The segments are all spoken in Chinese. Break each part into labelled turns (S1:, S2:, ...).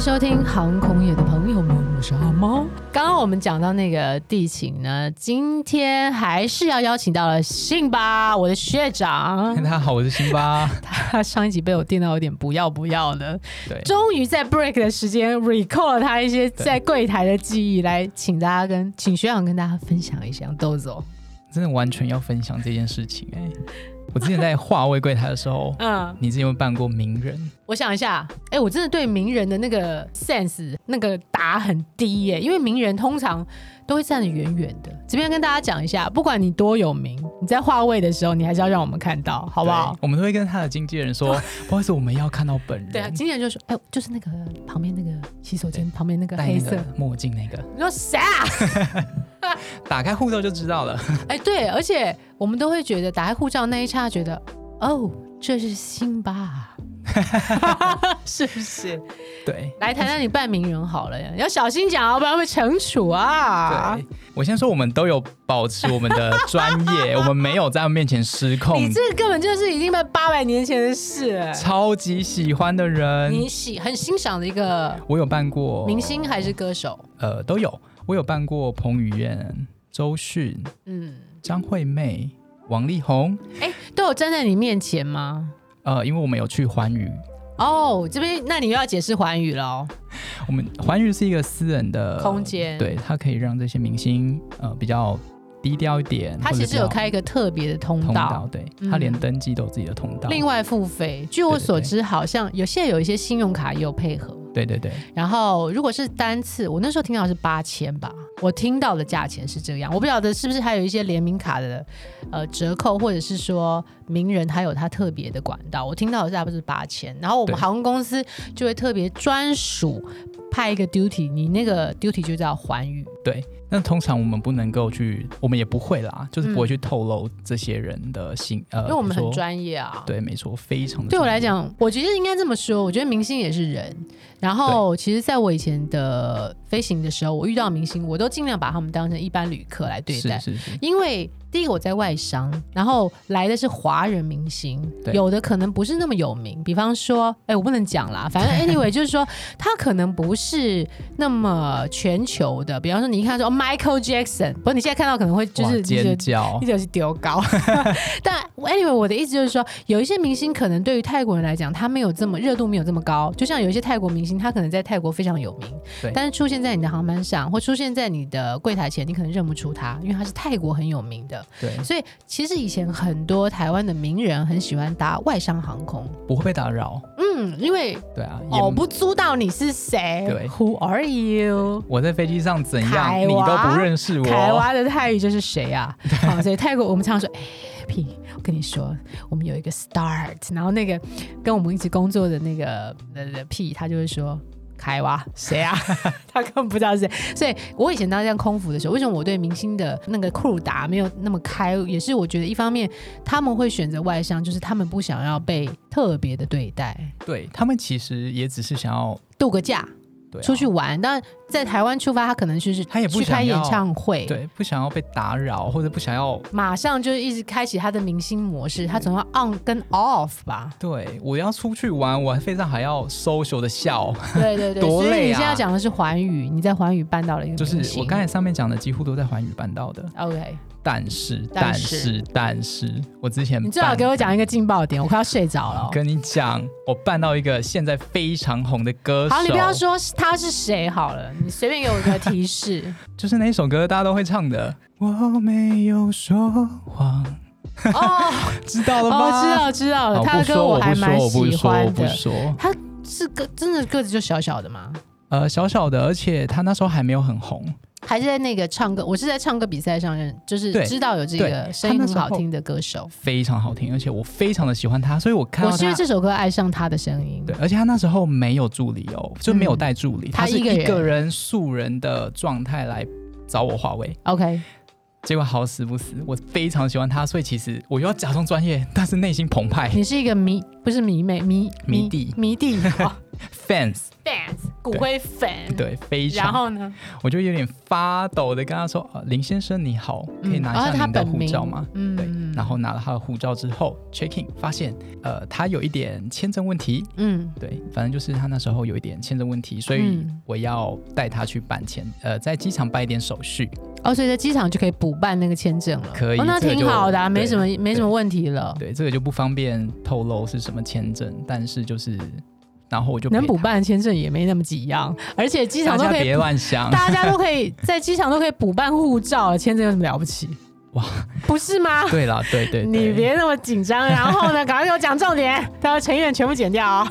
S1: 收听航空业的朋友们，我是阿猫。刚刚我们讲到那个地勤呢，今天还是要邀请到了信吧，我的学长
S2: 大。家好，我是辛巴。
S1: 他上一集被我电到有点不要不要 的，
S2: 对，
S1: 终于在 break 的时间 recall 了他一些
S2: 对
S1: 在柜台的记忆，来请大家跟请学长跟大家分享一下，豆哦总。，
S2: 真的完全要分享这件事情哎、我之前在话位柜台的时候
S1: 嗯，
S2: 你之前有没有办过名人？
S1: 我想一下，哎、我真的对名人的那个 sense 那个打很低耶、因为名人通常都会站得远远的。这边跟大家讲一下，不管你多有名，你在话位的时候，你还是要让我们看到，好不好
S2: 对？我们都会跟他的经纪 人说，不好意思，我们要看到本人。
S1: 对啊，经纪人就说，哎、就是那个旁边那个洗手间旁边那个
S2: 戴
S1: 啊黑
S2: 那
S1: 色，
S2: 个墨镜那个，
S1: 你说谁啊？
S2: 打开护照就知道了。
S1: 哎、对，而且我们都会觉得打开护照那一刹，觉得哦，这是辛巴， 是不是？
S2: 对。
S1: 来谈谈你扮名人好了，你要小心讲哦，不然会惩处啊。
S2: 对，我先说，我们都有保持我们的专 业，我们没有在他们面前失控
S1: 你。这个根本就是已经被八百年前的事了。
S2: 超级喜欢的人，
S1: 你喜很欣赏的一个
S2: 我有办过
S1: 明，星还是歌手？
S2: 呃，都有。我有办过彭于晏、周迅、
S1: 嗯，
S2: 张惠妹、王力宏，
S1: 哎、都有站在你面前吗？
S2: 呃，因为我们有去环宇，
S1: 哦，这边那你又要解释环宇哦喽。
S2: 我们环宇是一个私人的
S1: 空间
S2: 对，它可以让这些明星呃比较低调一点，
S1: 他
S2: 或者
S1: 其实有
S2: 比较
S1: 开一个特别的通道，
S2: 嗯通道，对，
S1: 嗯
S2: 它连登记都有自己的通道。
S1: 另外付费。据我所知，好像有现在有一些信用卡也有配合。
S2: 对对对，
S1: 然后如果是单次，我那时候听到是八千吧，我听到的价钱是这样。我不晓得是不是还有一些联名卡的呃折扣，或者是说名人还有他特别的管道。我听到的是差不多是八千，然后我们
S2: 对
S1: 航空公司就会特别专属派一个 duty，你那个 duty 就叫环宇。
S2: 那通常我们不能够去，我们也不会啦，就是不
S1: 嗯
S2: 会去透露这些人的信，呃，
S1: 因为我们
S2: 比如
S1: 很
S2: 说，
S1: 专业啊。
S2: 对，没错，非常的
S1: 对我来
S2: 专业，
S1: 讲，我觉得应该这么说。我觉得明星也是人。然后，其实在我以前的飞行的时候，我遇到明星，我都尽量把他们当成一般旅客来对待。
S2: 是是是，
S1: 因为第一个我在外商，然后来的是华人明星，
S2: 对
S1: 有的可能不是那么有名，比方说，哎、我不能讲啦，反正 anyway 就是说他可能不是那么全球的，比方说你一看说、哦、Michael Jackson，不过你现在看到可能会就
S2: 哇
S1: 是你就
S2: 尖叫
S1: 一，就是丢高。但 anyway，我的意思就是说，有一些明星可能对于泰国人来讲，他没有这么热度，没有这么高。就像有一些泰国明星，他可能在泰国非常有名
S2: 对，
S1: 但是出现在你的航班上，或出现在你的柜台前，你可能认不出他，因为他是泰国很有名的。
S2: 对，
S1: 所以其实以前很多台湾的名人很喜欢搭外商航空，
S2: 不会被打扰，
S1: 嗯，因为
S2: 对啊，也
S1: 哦不知道你是谁
S2: 对
S1: ，Who are you？
S2: 我在飞机上怎样，
S1: 凯
S2: 你都
S1: 娃
S2: 不认识我，
S1: 台湾的泰语就是谁 啊？好，所以泰国我们常常说，哎、p 我跟你说，我们有一个 start，然后那个跟我们一起工作的那个呃呃 P，他就会说。凯娃谁 啊？他根本不知道是谁。所以我以前当这样空服的时候，为什么我对明星的那个酷达没有那么开？也是我觉得一方面他们会选择外商，就是他们不想要被特别的对待，
S2: 对啊他们其实也只是想要
S1: 度个假
S2: 对啊、
S1: 出去玩。但在台湾出发，他可能就是
S2: 他也
S1: 去
S2: 不
S1: 开
S2: 想要
S1: 演唱会，
S2: 对，不想要被打扰，或者不想要
S1: 马上就一直开启他的明星模
S2: 嗯
S1: 式，他总要 on 跟 off 吧？
S2: 对我要出去玩，我非常还要 social 的笑，
S1: 对对对，
S2: 多
S1: 所以你
S2: 累啊
S1: 现在讲的是环宇，你在环宇办到了一个
S2: 就是
S1: 明星
S2: 我刚才上面讲的几乎都在环宇办到的，
S1: OK，
S2: 但是
S1: 但
S2: 但
S1: 是
S2: 是但是我之前
S1: 你最好
S2: 办
S1: 给我讲一个劲爆点，我快要睡着 了哦、
S2: 跟你讲，我办到一个现在非常红的歌手，
S1: 好，你不要说他是谁好了，你随便给我一个提示。
S2: 就是那一首歌大家都会唱的，我没有说谎，
S1: 哦，
S2: 知道了吧？
S1: 哦，知道知道
S2: 好。
S1: 了，他的
S2: 不
S1: 歌
S2: 说我
S1: 还
S2: 不说
S1: 蛮
S2: 我不
S1: 喜
S2: 说我
S1: 欢
S2: 不
S1: 的。
S2: 说，
S1: 是个真的个子就小小的吗？
S2: 呃，小小的，而且他那时候还没有很红，
S1: 还是在那个唱歌？我是在唱歌比赛上认，就是
S2: 对
S1: 知道有这
S2: 对
S1: 个
S2: 他
S1: 声音
S2: 那
S1: 很
S2: 时候
S1: 好听的歌手。
S2: 非常好听，而且我非常的喜欢他，所以我看
S1: 嗯我
S2: 到
S1: 是因为
S2: 他。
S1: 这首歌爱上他的声音。
S2: 对，而且他那时候没有助理哦，就没有
S1: 嗯
S2: 带助理，
S1: 他
S2: 是
S1: 一个人
S2: 一个人素人的状态来找我话位。
S1: OK，
S2: 结果好死不死，我非常喜欢他，所以其实我又要假装专业，但是内心 澎湃。
S1: 你是一个迷，不是迷妹，迷
S2: 迷弟
S1: 迷弟哦
S2: fans
S1: fans。骨灰粉，
S2: 对，非
S1: 嗯然
S2: 常，
S1: 后呢，
S2: 我就有点发抖的跟他说：“呃林先生你好，可以
S1: 嗯哦
S2: 拿一
S1: 他
S2: 下您的
S1: 本
S2: 护
S1: 名
S2: 照吗？”
S1: 嗯
S2: 对
S1: 嗯，
S2: 然后拿了他的护照之后 check in，发现呃他有一点签证问题，
S1: 嗯，
S2: 对，反正就是他那时候有一点签证问题，所以
S1: 嗯
S2: 我要带他去办签，呃，在机场办一点手续。
S1: 哦，所以在机场就可以补办那个签证了，
S2: 可以
S1: 哦，那
S2: 这个
S1: 挺
S2: 就
S1: 好的、啊，没
S2: 对
S1: 什么没什么问题了，
S2: 对，这个就不方便透露是什么签证，但是就是，然后我就
S1: 能
S2: 陪
S1: 补
S2: 他，
S1: 办签证也没那么几样，而且机场都
S2: 大家
S1: 可以
S2: 别，乱想，
S1: 大家都可以在机场都可以补办护照了，签证有什么了不起？
S2: 哇，
S1: 不是吗？
S2: 对啦，对对对，
S1: 你别那么紧张，然后 呢，赶快给我讲重点，他要成员全部剪掉啊、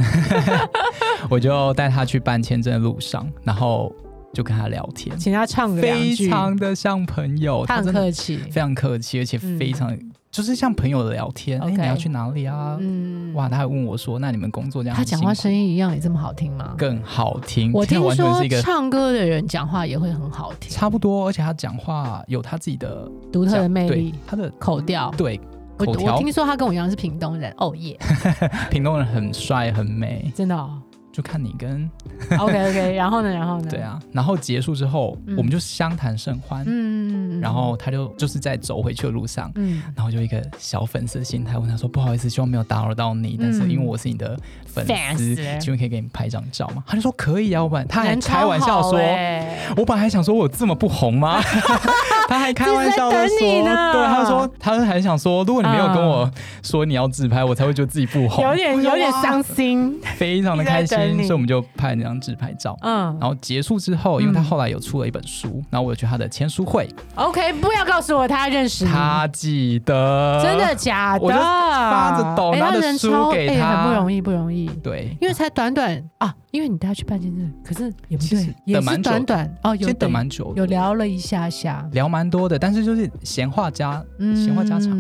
S2: 我就带他去办签证的路上，然后就跟他聊天，
S1: 请他唱个两
S2: 非
S1: 句，
S2: 常的像朋友，
S1: 他
S2: 他
S1: 很
S2: 真的
S1: 客气，嗯
S2: 非常客气，而且非常、就是像朋友聊天。哎、
S1: OK
S2: 你要去哪里啊？
S1: 嗯，
S2: 哇，他还问我说，那你们工作这样
S1: 他
S2: 很辛
S1: 讲
S2: 苦，
S1: 话声音一样也这么好听吗？
S2: 更好听，
S1: 我
S2: 天
S1: 听
S2: 啊完全
S1: 说
S2: 是一个
S1: 唱歌的人讲话也会很好听，
S2: 差不多，而且他讲话有他自己的
S1: 独特的魅
S2: 对
S1: 力，
S2: 他的
S1: 口调。
S2: 对
S1: 我
S2: 口
S1: 我
S2: 条，
S1: 听说他跟我一样是屏东人，哦耶，
S2: 屏东人很帅很美，
S1: 真的、 哦。
S2: 就看你跟
S1: OK OK，然后呢，然后呢？
S2: 对，啊。然后结束之后，
S1: 嗯
S2: 我们就相谈甚欢，
S1: 嗯，
S2: 然后他就就是在走回去的路上。
S1: 嗯，
S2: 然后就一个小粉丝的心态问他说：“不好意思，希望没有打扰到
S1: 嗯
S2: 你，但是因为我是你的粉丝，
S1: Fans
S2: 请问可以给你拍张照吗？”他就说：“可以啊，我本来他还
S1: 人超
S2: 开玩笑
S1: 好
S2: 说，
S1: 欸
S2: 我本来还想说我这么不 红吗？他还开玩笑的
S1: 这是在
S2: 说，
S1: 等你呢嗯
S2: 对，他就说他还想说，如果你没有跟我说你要自拍，我才会觉得自己不红，
S1: 有点有点伤心，
S2: 非常的开
S1: 一直
S2: 心
S1: 在等，你
S2: 所以我们就拍那张自拍照。
S1: 嗯
S2: 然后结束之后，因为他后来有出了一本书，然后我有去他的签书会，
S1: ，OK，不要告诉我他认识你，
S2: 他记得
S1: 嗯真的假的？
S2: 我就发着抖
S1: 哎
S2: 拿着
S1: 人
S2: 书
S1: 超
S2: 给
S1: 哎很不
S2: 他
S1: 容易，不容易。
S2: 对，
S1: 因为才短短啊，因为你带他去办签证，可是也不
S2: 其实
S1: 对
S2: 等，
S1: 也是
S2: 蛮久
S1: 短短哦，有
S2: 其实等
S1: 对
S2: 蛮久的，
S1: 有聊了一下下，
S2: 聊蛮多的，但是就是闲话家
S1: 嗯
S2: 闲话家常，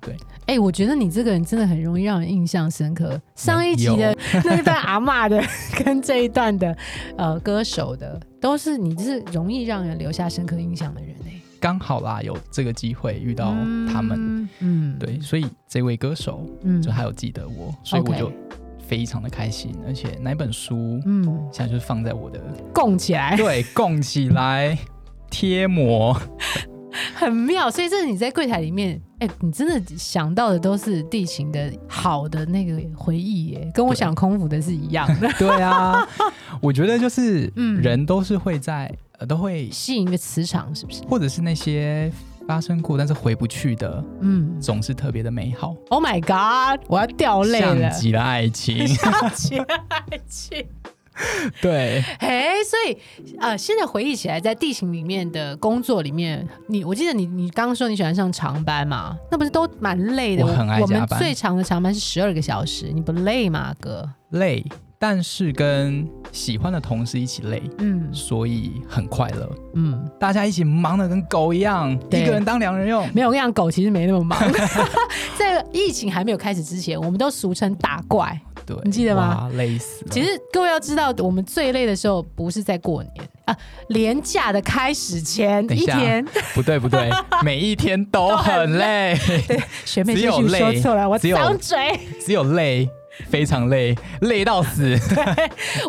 S2: 对。
S1: 哎、我觉得你这个人真的很容易让人印象深刻。上一集的 那一段阿嬷的， 跟这一段的呃歌手的，都是你就是容易让人留下深刻印象的人哎、
S2: 刚好啦有这个机会遇到哦他们，
S1: 们，嗯，
S2: 对，所以这位歌手
S1: 嗯
S2: 就还有记得我，所以
S1: OK
S2: 我就非常的开心，而且那本书
S1: 嗯，
S2: 现在就是放在我的
S1: 供起来
S2: 对供起来 贴膜，
S1: 很妙。所以这是你在柜台里面，哎、你真的想到的都是地勤的好的那个回忆耶、跟我
S2: 对
S1: 想空服的是一样 的，
S2: 对啊， 我觉得就是
S1: 嗯
S2: 人都是会在呃都会，
S1: 吸引一个磁场是不是？
S2: 或者是那些发生过但是回不去的，
S1: 嗯
S2: 总是特别的美好，
S1: ，Oh my God，我要掉泪
S2: 像
S1: 哦了，
S2: 极了爱情，
S1: 像极了爱情。
S2: 对。
S1: 哎，所以呃，现在回忆起来，在地勤里面的工作里面，你我记得你你刚刚说你喜欢上长班嘛？那不是都蛮累的？
S2: 我很爱
S1: 我们
S2: 加班
S1: 最长的长班是十二个小时，你不累吗，哥？
S2: 累，但是跟喜欢的同事一起累，
S1: 嗯
S2: 所以很快乐。
S1: 嗯，
S2: 大家一起忙得跟狗一样，
S1: 对
S2: 一个人当两人用。
S1: 没有，我跟你讲，狗其实没那么 忙。 在疫情还没有开始之前，我们都俗称打怪。
S2: 对，
S1: 你记得吗
S2: 哇？累死了。
S1: 其实各位要知道，我们最累的时候不是在过年啊，连假的开始前
S2: 等一下
S1: 天，
S2: 不对 不对，每一天都很累，
S1: 学妹
S2: 只
S1: 继
S2: 有
S1: 续说
S2: 累
S1: 错了，我
S2: 只有
S1: 张嘴。
S2: 只有累，非常累，累 到死。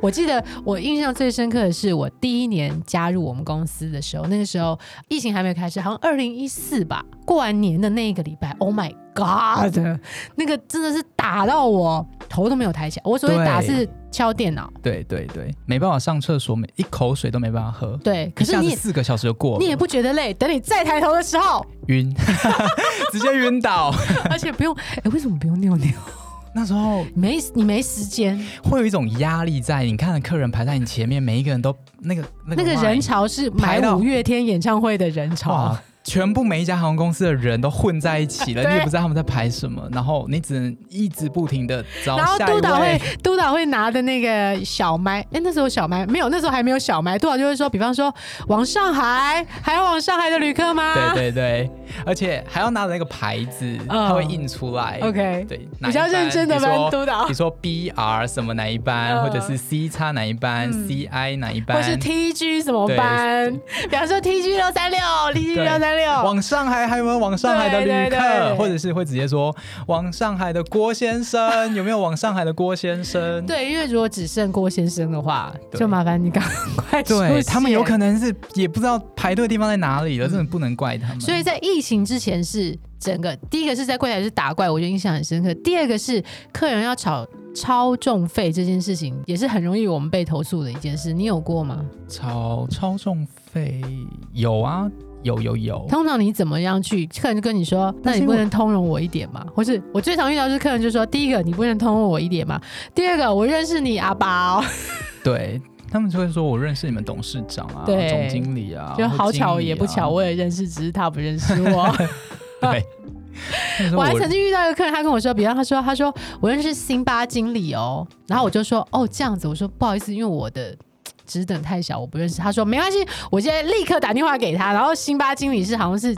S1: 我记得我印象最深刻的是我第一年加入我们公司的时候，那个时候疫情还没有开始，好像二零一四吧，过完年的那一个礼拜，Oh my God，那个真的是打到我头都没有抬起来。我所谓
S2: 对
S1: 打是敲电脑，
S2: 对对对，没办法上厕所，每一口水都没办法喝。
S1: 对，可
S2: 一
S1: 是
S2: 下
S1: 你
S2: 子
S1: 也
S2: 四个小时就过了，
S1: 你也不觉得累，等你再抬头的时 候，
S2: 晕，直接晕倒。
S1: 而且不用，哎，为什么不用尿尿？
S2: 那时候
S1: 没你没时间，
S2: 会有一种压力在，你看客人排在你前面，每一个人都那个那
S1: 那
S2: 个
S1: 个人
S2: line
S1: 潮是买
S2: 啊排到
S1: 五月天演唱会的人潮。
S2: 哇，全部每一家航空公司的人都混在一起了，
S1: 对
S2: 你也不知道他们在排什么，然后你只能一直不停的找
S1: 然后
S2: 下一
S1: 督导会
S2: 位。
S1: 督导会拿的那个小麦，哎，那时候小麦没有，那时候还没有小麦，督导就会说，比方说往上海，还有往上海的旅客 吗？
S2: 对对对，而且还要拿着那个牌子，它会印出来。
S1: 嗯 OK
S2: 对，
S1: 比较认真的
S2: 班
S1: 班督导
S2: 你说 B R 什么哪一班，
S1: 嗯
S2: 或者是 C 叉哪一班
S1: 嗯
S2: ，C I 哪一班，
S1: 或是 TG 什么班？比方说 TG 六三六、TG
S2: 对
S1: 六三三六，
S2: 往上海还有没有往上海的旅
S1: 对
S2: 客？
S1: 对对
S2: 或者是会直接说往上海的郭 先生，有没有往上海的郭先生？
S1: 对，因为如果只剩郭先生的话，
S2: 对
S1: 就麻烦你赶快出
S2: 对他们有
S1: 现
S2: 可能是也不知道排队的地方在哪里了，真的不能怪他们。
S1: 嗯所以在疫情之前是整个第一个是在柜台是打怪，我就印象很深刻。第二个是客人要吵超重费这件事情，也是很容易我们被投诉的一件事。你有过吗？
S2: 超超重费有啊，有有有。
S1: 通常你怎么样去？客人就跟你说，那
S2: 但是
S1: 你
S2: 因为
S1: 不能通融我一点吗？或是我最常遇到就是客人就说，第一个你不能通融我一点吗？第二个我认识你阿宝、
S2: 哦对他们就会说，我认识你们董事长啊，
S1: 对
S2: 总经理啊，
S1: 就
S2: 或啊
S1: 好
S2: 经
S1: 巧
S2: 理
S1: 也不
S2: 啊
S1: 巧，我也认识，只是他不认识 我。
S2: 对。他们说
S1: 我还
S2: 我
S1: 曾经遇到一个客人，他跟我说，比方他说，他说我认识辛巴经理哦，然后我就说，哦这样子，我说不好意思，因为我的。嘖职等太小，我不认识。他说没关系，我现在立刻打电话给他。然后辛巴经理是好像是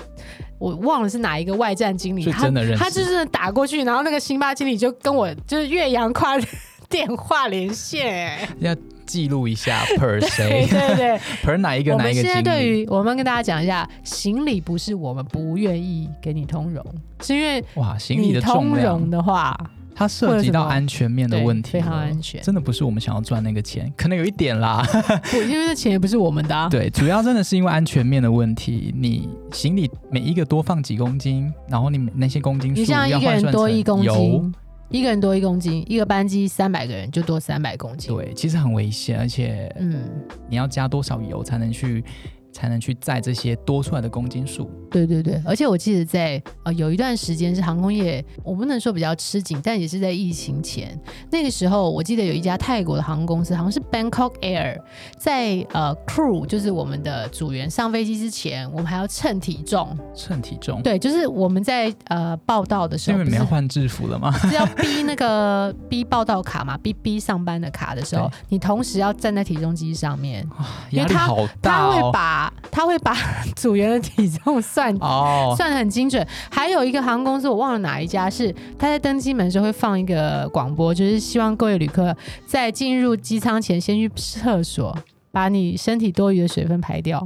S1: 我忘了是哪一个外站经理，
S2: 所以真的认识
S1: 他他就是打过去，然后那个辛巴经理就跟我就是岳阳跨 电话连线、哎
S2: 要记录 一下 per
S1: 对
S2: 谁
S1: 对对，
S2: per 哪哎一个
S1: 我
S2: 哪
S1: 们
S2: 一个
S1: 现在
S2: 经
S1: 对
S2: 理，
S1: 于我们跟大家讲一下，行李不是我们不愿意给你通融，是因为
S2: 哇，行李
S1: 你
S2: 的
S1: 通
S2: 重
S1: 融
S2: 量，
S1: 的话，
S2: 它涉及到
S1: 或者什么
S2: 安全面的
S1: 对
S2: 问题，
S1: 非常安全
S2: 真的不是我们想要赚那个钱，可能有一 点啦。
S1: 不，因为那钱也不是我们的、啊。
S2: 对，主要真的是因为安全面的问题，你行李每一个多放几公斤，然后你那些公斤
S1: 你
S2: 数
S1: 像
S2: 要
S1: 一个
S2: 换
S1: 人
S2: 算
S1: 多一公
S2: 成油。
S1: 斤，一个人多一公斤，一个班机三百个人就多三百公斤。，
S2: 对，其实很危险，而且
S1: 嗯，
S2: 你要加多少油才能去才能去载这些多出来的公斤数？
S1: 对对对。而且我记得在呃有一段时间是航空业，我不能说比较吃紧，但也是在疫情前那个时候，我记得有一家泰国的航空公司，好像是 Bangkok Air，在呃 crew 就是我们的组员上飞机之前，我们还要称体重。
S2: 称体重，，
S1: 对，就是我们在呃报道的时
S2: 是
S1: 候，
S2: 因为
S1: 不
S2: 你们
S1: 是
S2: 要换制服了吗？
S1: 是要逼那个 逼报道卡嘛，逼逼上班的卡的时候
S2: 对，
S1: 你同时要站在体重机上面， 因为
S2: 压力
S1: 他
S2: 好大
S1: 他
S2: 哦
S1: 会。把他会把 组员的体重算。
S2: 哦，
S1: 算的很精准，还有一个航空公司我忘了哪一家是，他在登机门的时候会放一个广播，就是希望各位旅客在进入机舱前先去厕所，把你身体多余的水分排 掉。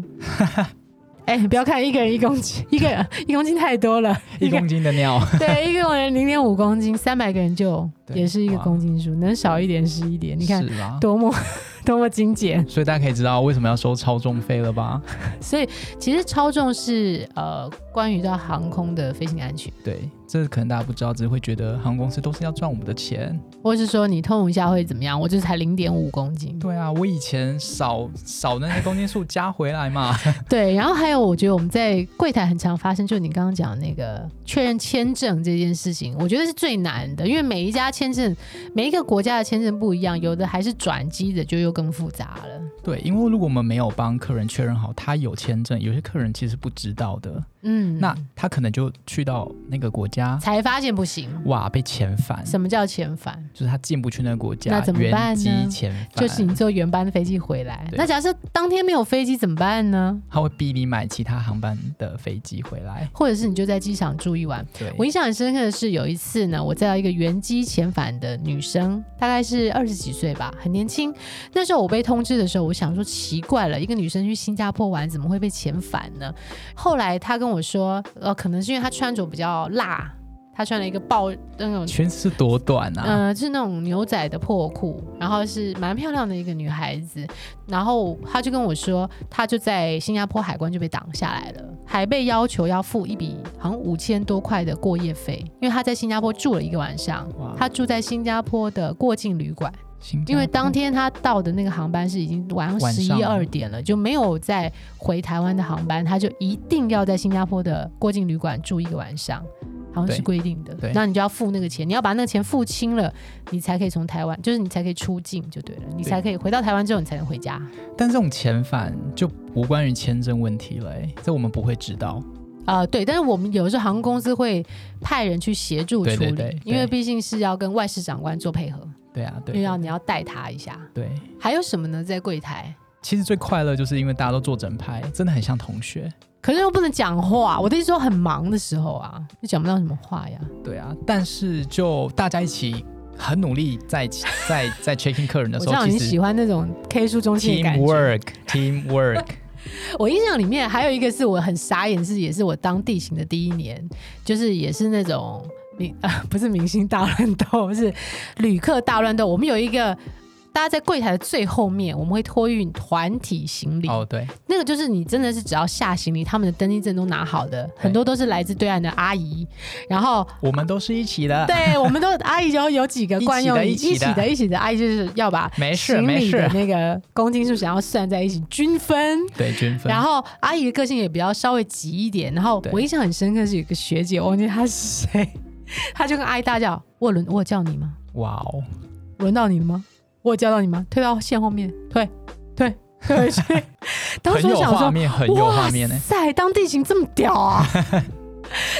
S1: 哎、你不要看一个人一公斤，一个人一公斤太多了，
S2: 一
S1: 个人
S2: 公斤的尿，
S1: 对，一个人零点五公斤，三百个人就
S2: 对
S1: 也是一个
S2: 哇
S1: 公斤数，能少一点是一 点。你看
S2: 是啦。
S1: 多么 多么精简。
S2: 所以大家可以知道为什么要收超重费了吧？
S1: 所以其实超重是呃，关于到航空的飞行安全，
S2: 对，这可能大家不知道，只是会觉得航空公司都是要赚我们的钱。
S1: 或是说你痛一下会怎么样？我就才零点五公斤。
S2: 对啊，我以前少少那些公斤数加回 来嘛。
S1: 对，然后还有我觉得我们在柜台很常发生，就你刚刚讲那个确认签证这件事情，我觉得是最难的，因为每一家签证，每一个国家的签证不一样，有的还是转机的，就又更复杂了。
S2: 对，因为如果我们没有帮客人确认好他有签证，有些客人其实不知道的，
S1: 嗯，
S2: 那他可能就去到那个国家，
S1: 才发现不行。
S2: 哇，被遣返，
S1: 什么叫遣返？
S2: 就是他进不去那个国家，
S1: 那怎么办呢
S2: 原机遣返，
S1: 就是你坐原班的飞机回来。
S2: 对
S1: 那假设当天没有飞机怎么办呢？
S2: 他会逼你买其他航班的飞机回来。
S1: 或者是你就在机场住一晚。
S2: 对，
S1: 我印象很深刻的是有一次呢，我载到一个原机遣返的女生，大概是二十几岁吧，很年轻。那时候我被通知的时候，我想说奇怪了，一个女生去新加坡玩怎么会被遣返呢？后来她跟我说，呃，可能是因为她穿着比较辣，她穿了一个爆那种
S2: 裙子是多短啊？
S1: 呃，是那种牛仔的破裤，然后是蛮漂亮的一个女孩子，然后她就跟我说，她就在新加坡海关就被挡下来了，还被要求要付一笔好像五千多块的过夜费，因为她在新加坡住了一个晚上
S2: 哇，
S1: 她住在新加坡的过境旅馆，
S2: 新加
S1: 嗯
S2: 坡
S1: 因为当天她到的那个航班是已经晚上
S2: 晚
S1: 十
S2: 上
S1: 一
S2: 了
S1: 二点了，就没有再回台湾的航班，她就一定要在新加坡的过境旅馆住一个晚上。好像是
S2: 对
S1: 规定的，
S2: 对
S1: 那你就要付那个钱，你要把那个钱付清了，你才可以从台湾，就是你才可以出境就对了，你才可以回到台湾之后，你才能回家。
S2: 但这种遣返就无关于签证问题了、欸，这我们不会知道。
S1: 呃，对，但是我们有时候航空公司会派人去协助处理，
S2: 对对对对
S1: 因为毕竟是要跟外事长官做配合，
S2: 对啊，对
S1: 又要你要带他一下。
S2: 对。
S1: 还有什么呢？在柜台，
S2: 其实最快乐就是因为大家都坐整排，真的很像同学。
S1: 可是又不能讲话，我的意思说很忙的时候啊，你讲不到什么话呀。
S2: 对啊，但是就大家一起很努力在 在在 checking 客人的
S1: 我
S2: 时
S1: 知道
S2: 候，
S1: 你
S2: 其实
S1: 喜欢那种 K 书中心的感
S2: team
S1: 觉。
S2: work team work
S1: 我印象里面还有一个是我很傻眼，是也是我当地勤的第一年，就是也是那种明 啊、不是明星大乱斗，是旅客大乱斗。我们有一个。大家在柜台的最后面，我们会托运团体行李。
S2: 哦，对，
S1: 那个就是你真的是只要下行李，他们的登机证都拿好的，很多都是来自对岸的阿姨。然后，
S2: 我们都是一起 的。
S1: 对我们都阿姨就有几个惯用
S2: 一
S1: 一
S2: 起的一
S1: 起
S2: 起的
S1: 的、一起的阿姨，就是要把
S2: 没事
S1: 行
S2: 没
S1: 李
S2: 事
S1: 的那个公斤数想要算在一起均分。
S2: 对，均分。
S1: 然后阿姨的个性也比较稍微急一点。然后
S2: 对
S1: 我印象很深刻是有一个学姐，我忘记她是谁， 她就跟阿姨大叫：“沃伦，我有叫你吗？
S2: 哇哦，
S1: 轮到你了吗？我有叫到你吗？退到线后面，退，退，退 回去。当
S2: 很
S1: 时我
S2: 有
S1: 想
S2: 画
S1: 说，
S2: 面，很有画面呢
S1: 哇。塞，当地形这么屌 啊！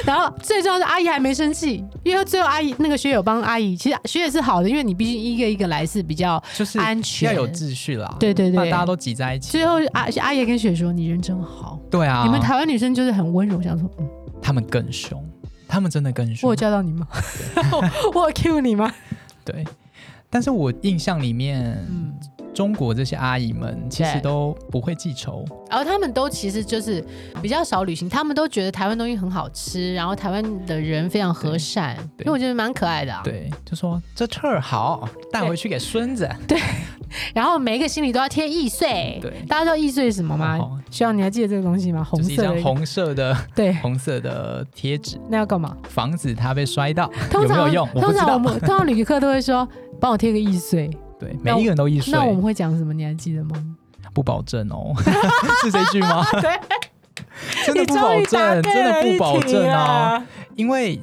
S1: 然后最重要是阿姨还没生气，因为最后阿姨那个学友帮阿姨，其实学姐是好的，因为你必须一个一个来是比较
S2: 就是
S1: 安全。
S2: 要有秩序啦。
S1: 对对
S2: 不然
S1: 对
S2: 大家都挤在一起。
S1: 最后阿阿姨也跟学姐说：“你人真好。
S2: 对啊，
S1: 你们台湾女生就是很温柔，我想说，嗯，
S2: 他们更凶，他们真的更
S1: 我
S2: 凶
S1: 有。叫到你 吗？我我有 cue 你吗？
S2: 对，但是我印象里面，
S1: 嗯，
S2: 中国这些阿姨们其实
S1: 对
S2: 都不会记仇。
S1: 然后他们都其实就是比较少旅行，他们都觉得台湾东西很好吃，然后台湾的人非常和善，
S2: 对对
S1: 因为我觉得蛮可爱的啊。
S2: 对，就说这刺儿好，带回去给孙子。
S1: 然后每一个行李都要贴易碎，
S2: 对
S1: 大家知道易碎是什么吗
S2: 哦？
S1: 希望你还记得这个东西吗？红
S2: 就是一
S1: 色的
S2: 张
S1: 一个，
S2: 红色的，
S1: 对
S2: 红色的贴纸，
S1: 那要干嘛？
S2: 防止它被摔到。
S1: 通
S2: 有没
S1: 常
S2: 有用？我不
S1: 通
S2: 知
S1: 常我
S2: 道。
S1: 们通常旅客都会说帮我贴个易碎，
S2: 对，每一个人都一睡
S1: 那，我们会讲什么？你还记得吗？
S2: 不保证哦。 是这句吗？
S1: 对，
S2: 真的不保证，真的不保证哦。，因为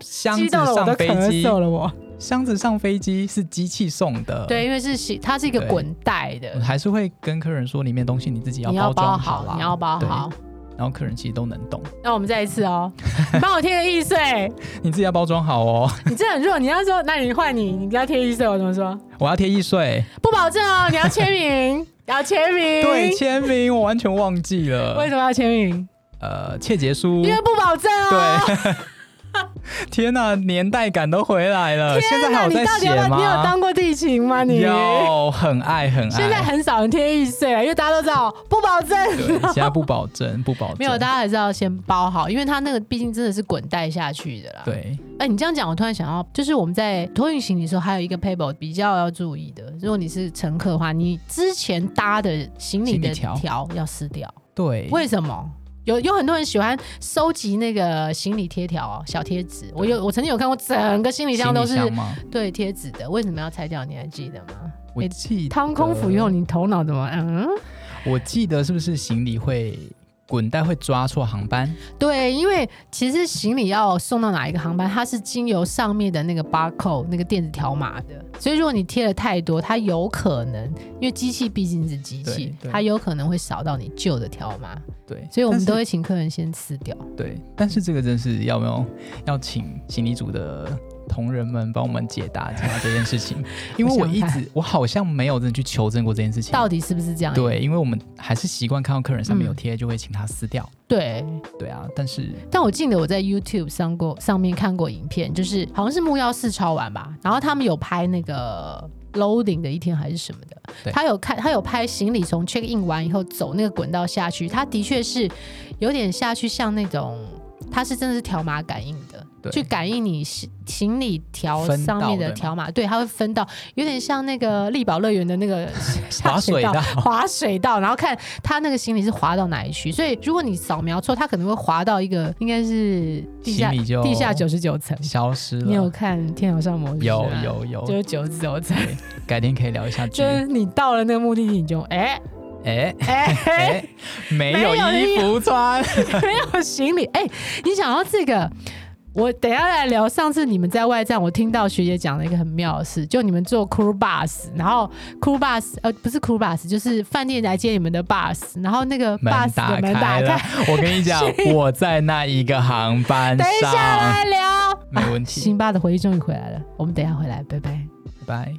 S2: 箱
S1: 激
S2: 子
S1: 动了我都
S2: 上飞
S1: 咳
S2: 机，呃
S1: 嗽了我。
S2: 箱子上飞机是机器送的，
S1: 对，，因为是行它是一个
S2: 对
S1: 滚带的
S2: 我，还是会跟客人说里面东西你自己
S1: 你
S2: 包
S1: 要包
S2: 装啦，
S1: 好，你要包
S2: 对
S1: 好。
S2: 然后客人其实都能懂，
S1: 那我们再一次哦，你帮我贴个易碎。
S2: 你自己要包装好哦。
S1: 你这很弱，你要说，那你换你，你要贴易碎，我怎么说？
S2: 我要贴易碎，
S1: 不保证哦，你要签 名，要签名。
S2: 对，签名我完全忘
S1: 为
S2: 记了，
S1: 什么要签名？
S2: 呃，切结书
S1: 因，为不保证哦。
S2: 对。 天呐、年代感都回来了！呃现在还
S1: 那
S2: 有
S1: 你
S2: 在
S1: 到底
S2: 写
S1: 要不要？
S2: 吗？
S1: 你有当过地勤吗？你
S2: 有很爱很爱。
S1: 现在很少人贴易碎了，因为大家都知道不保证。
S2: 对，现在不保证，不保证。
S1: 没有，大家还是要先包好，因为它那个毕竟真的是滚带下去的啦。，
S2: 对
S1: 哎，你这样讲，我突然想到，就是我们在托运行李的时候，还有一个 paper 比较要注意的，如果你是乘客的话，你之前搭的行李
S2: 行李
S1: 的
S2: 条
S1: 条要撕掉。
S2: 对，
S1: 为什么？有有很多人喜欢收集那个行李贴条、哦小贴纸。我有我曾经有看过，整个行李箱都是
S2: 行李箱吗？
S1: 对贴纸的。为什么要拆掉？你还记得吗？
S2: 我
S1: 诶
S2: 记
S1: 掏空腹以后，你头脑怎么嗯？
S2: 我记得是不是行李会滚带会抓错航班？
S1: 对，因为其实行李要送到哪一个航班，它是经由上面的那个 barcode 那个电子条码的。所以如果你贴了太多，它有可能，因为机器毕竟是机器
S2: 对，对
S1: 它有可能会扫到你旧的条码，
S2: 对，
S1: 所以我们都
S2: 但是
S1: 会请客人先撕掉。
S2: 对，但是这个真是要没有 要请行李组的同仁们帮我们解答解答这件 事情，因为
S1: 我
S2: 我
S1: 想
S2: 一
S1: 看
S2: 直我好像没有真的去求证过这件事情。
S1: 到底是不是这样？
S2: 对，因为我们还是习惯看到客人上面有
S1: 嗯
S2: 贴，就会请他撕掉。
S1: 对，
S2: 对啊，但是
S1: 但我记得我在 YouTube 上过上面看过影片，就是好像是木曜四超玩吧，然后他们有拍那个 loading 的一天还是什么
S2: 对
S1: 的，他有看他有拍行李从 check in 完以后走那个滚道下去，他的确是有点下去像那种，它是真的是条码感应的。
S2: 对
S1: 去感应你行行李条
S2: 分
S1: 上面
S2: 道对
S1: 的
S2: 吗
S1: 条码，对，它会分到，有点像那个力宝乐园的那个下
S2: 滑水
S1: 道
S2: 道，
S1: 滑水道，然后看他那个行李是滑到哪一区。所以如果你扫描错，他可能会滑到一个应该是地下
S2: 行李就
S1: 地下九十九层。
S2: 消失了。
S1: 你有看《天桥上魔术师》
S2: 有
S1: 吗？
S2: 有有
S1: 就是九十九层。
S2: 改天可以聊一下剧
S1: 就。是你到了那个目的地，你就哎
S2: 哎
S1: 哎、
S2: 哎，没有
S1: 没有
S2: 衣服穿。
S1: 没有行李哎、你想到这个，我等一下来聊。上次你们在外站，我听到学姐讲了一个很妙的事，就你们坐 crew bus，然后 crew bus 呃不是 crew bus，就是饭店来接你们的 bus，然后那个
S2: 门
S1: bus
S2: 打
S1: 的门打
S2: 开了
S1: 开，，
S2: 我跟你讲，我在那一个航班
S1: 等一下
S2: 上，
S1: 来聊。
S2: 没问题，
S1: 辛巴的回忆终于回来了，我们等一下回来，拜拜。
S2: 拜拜。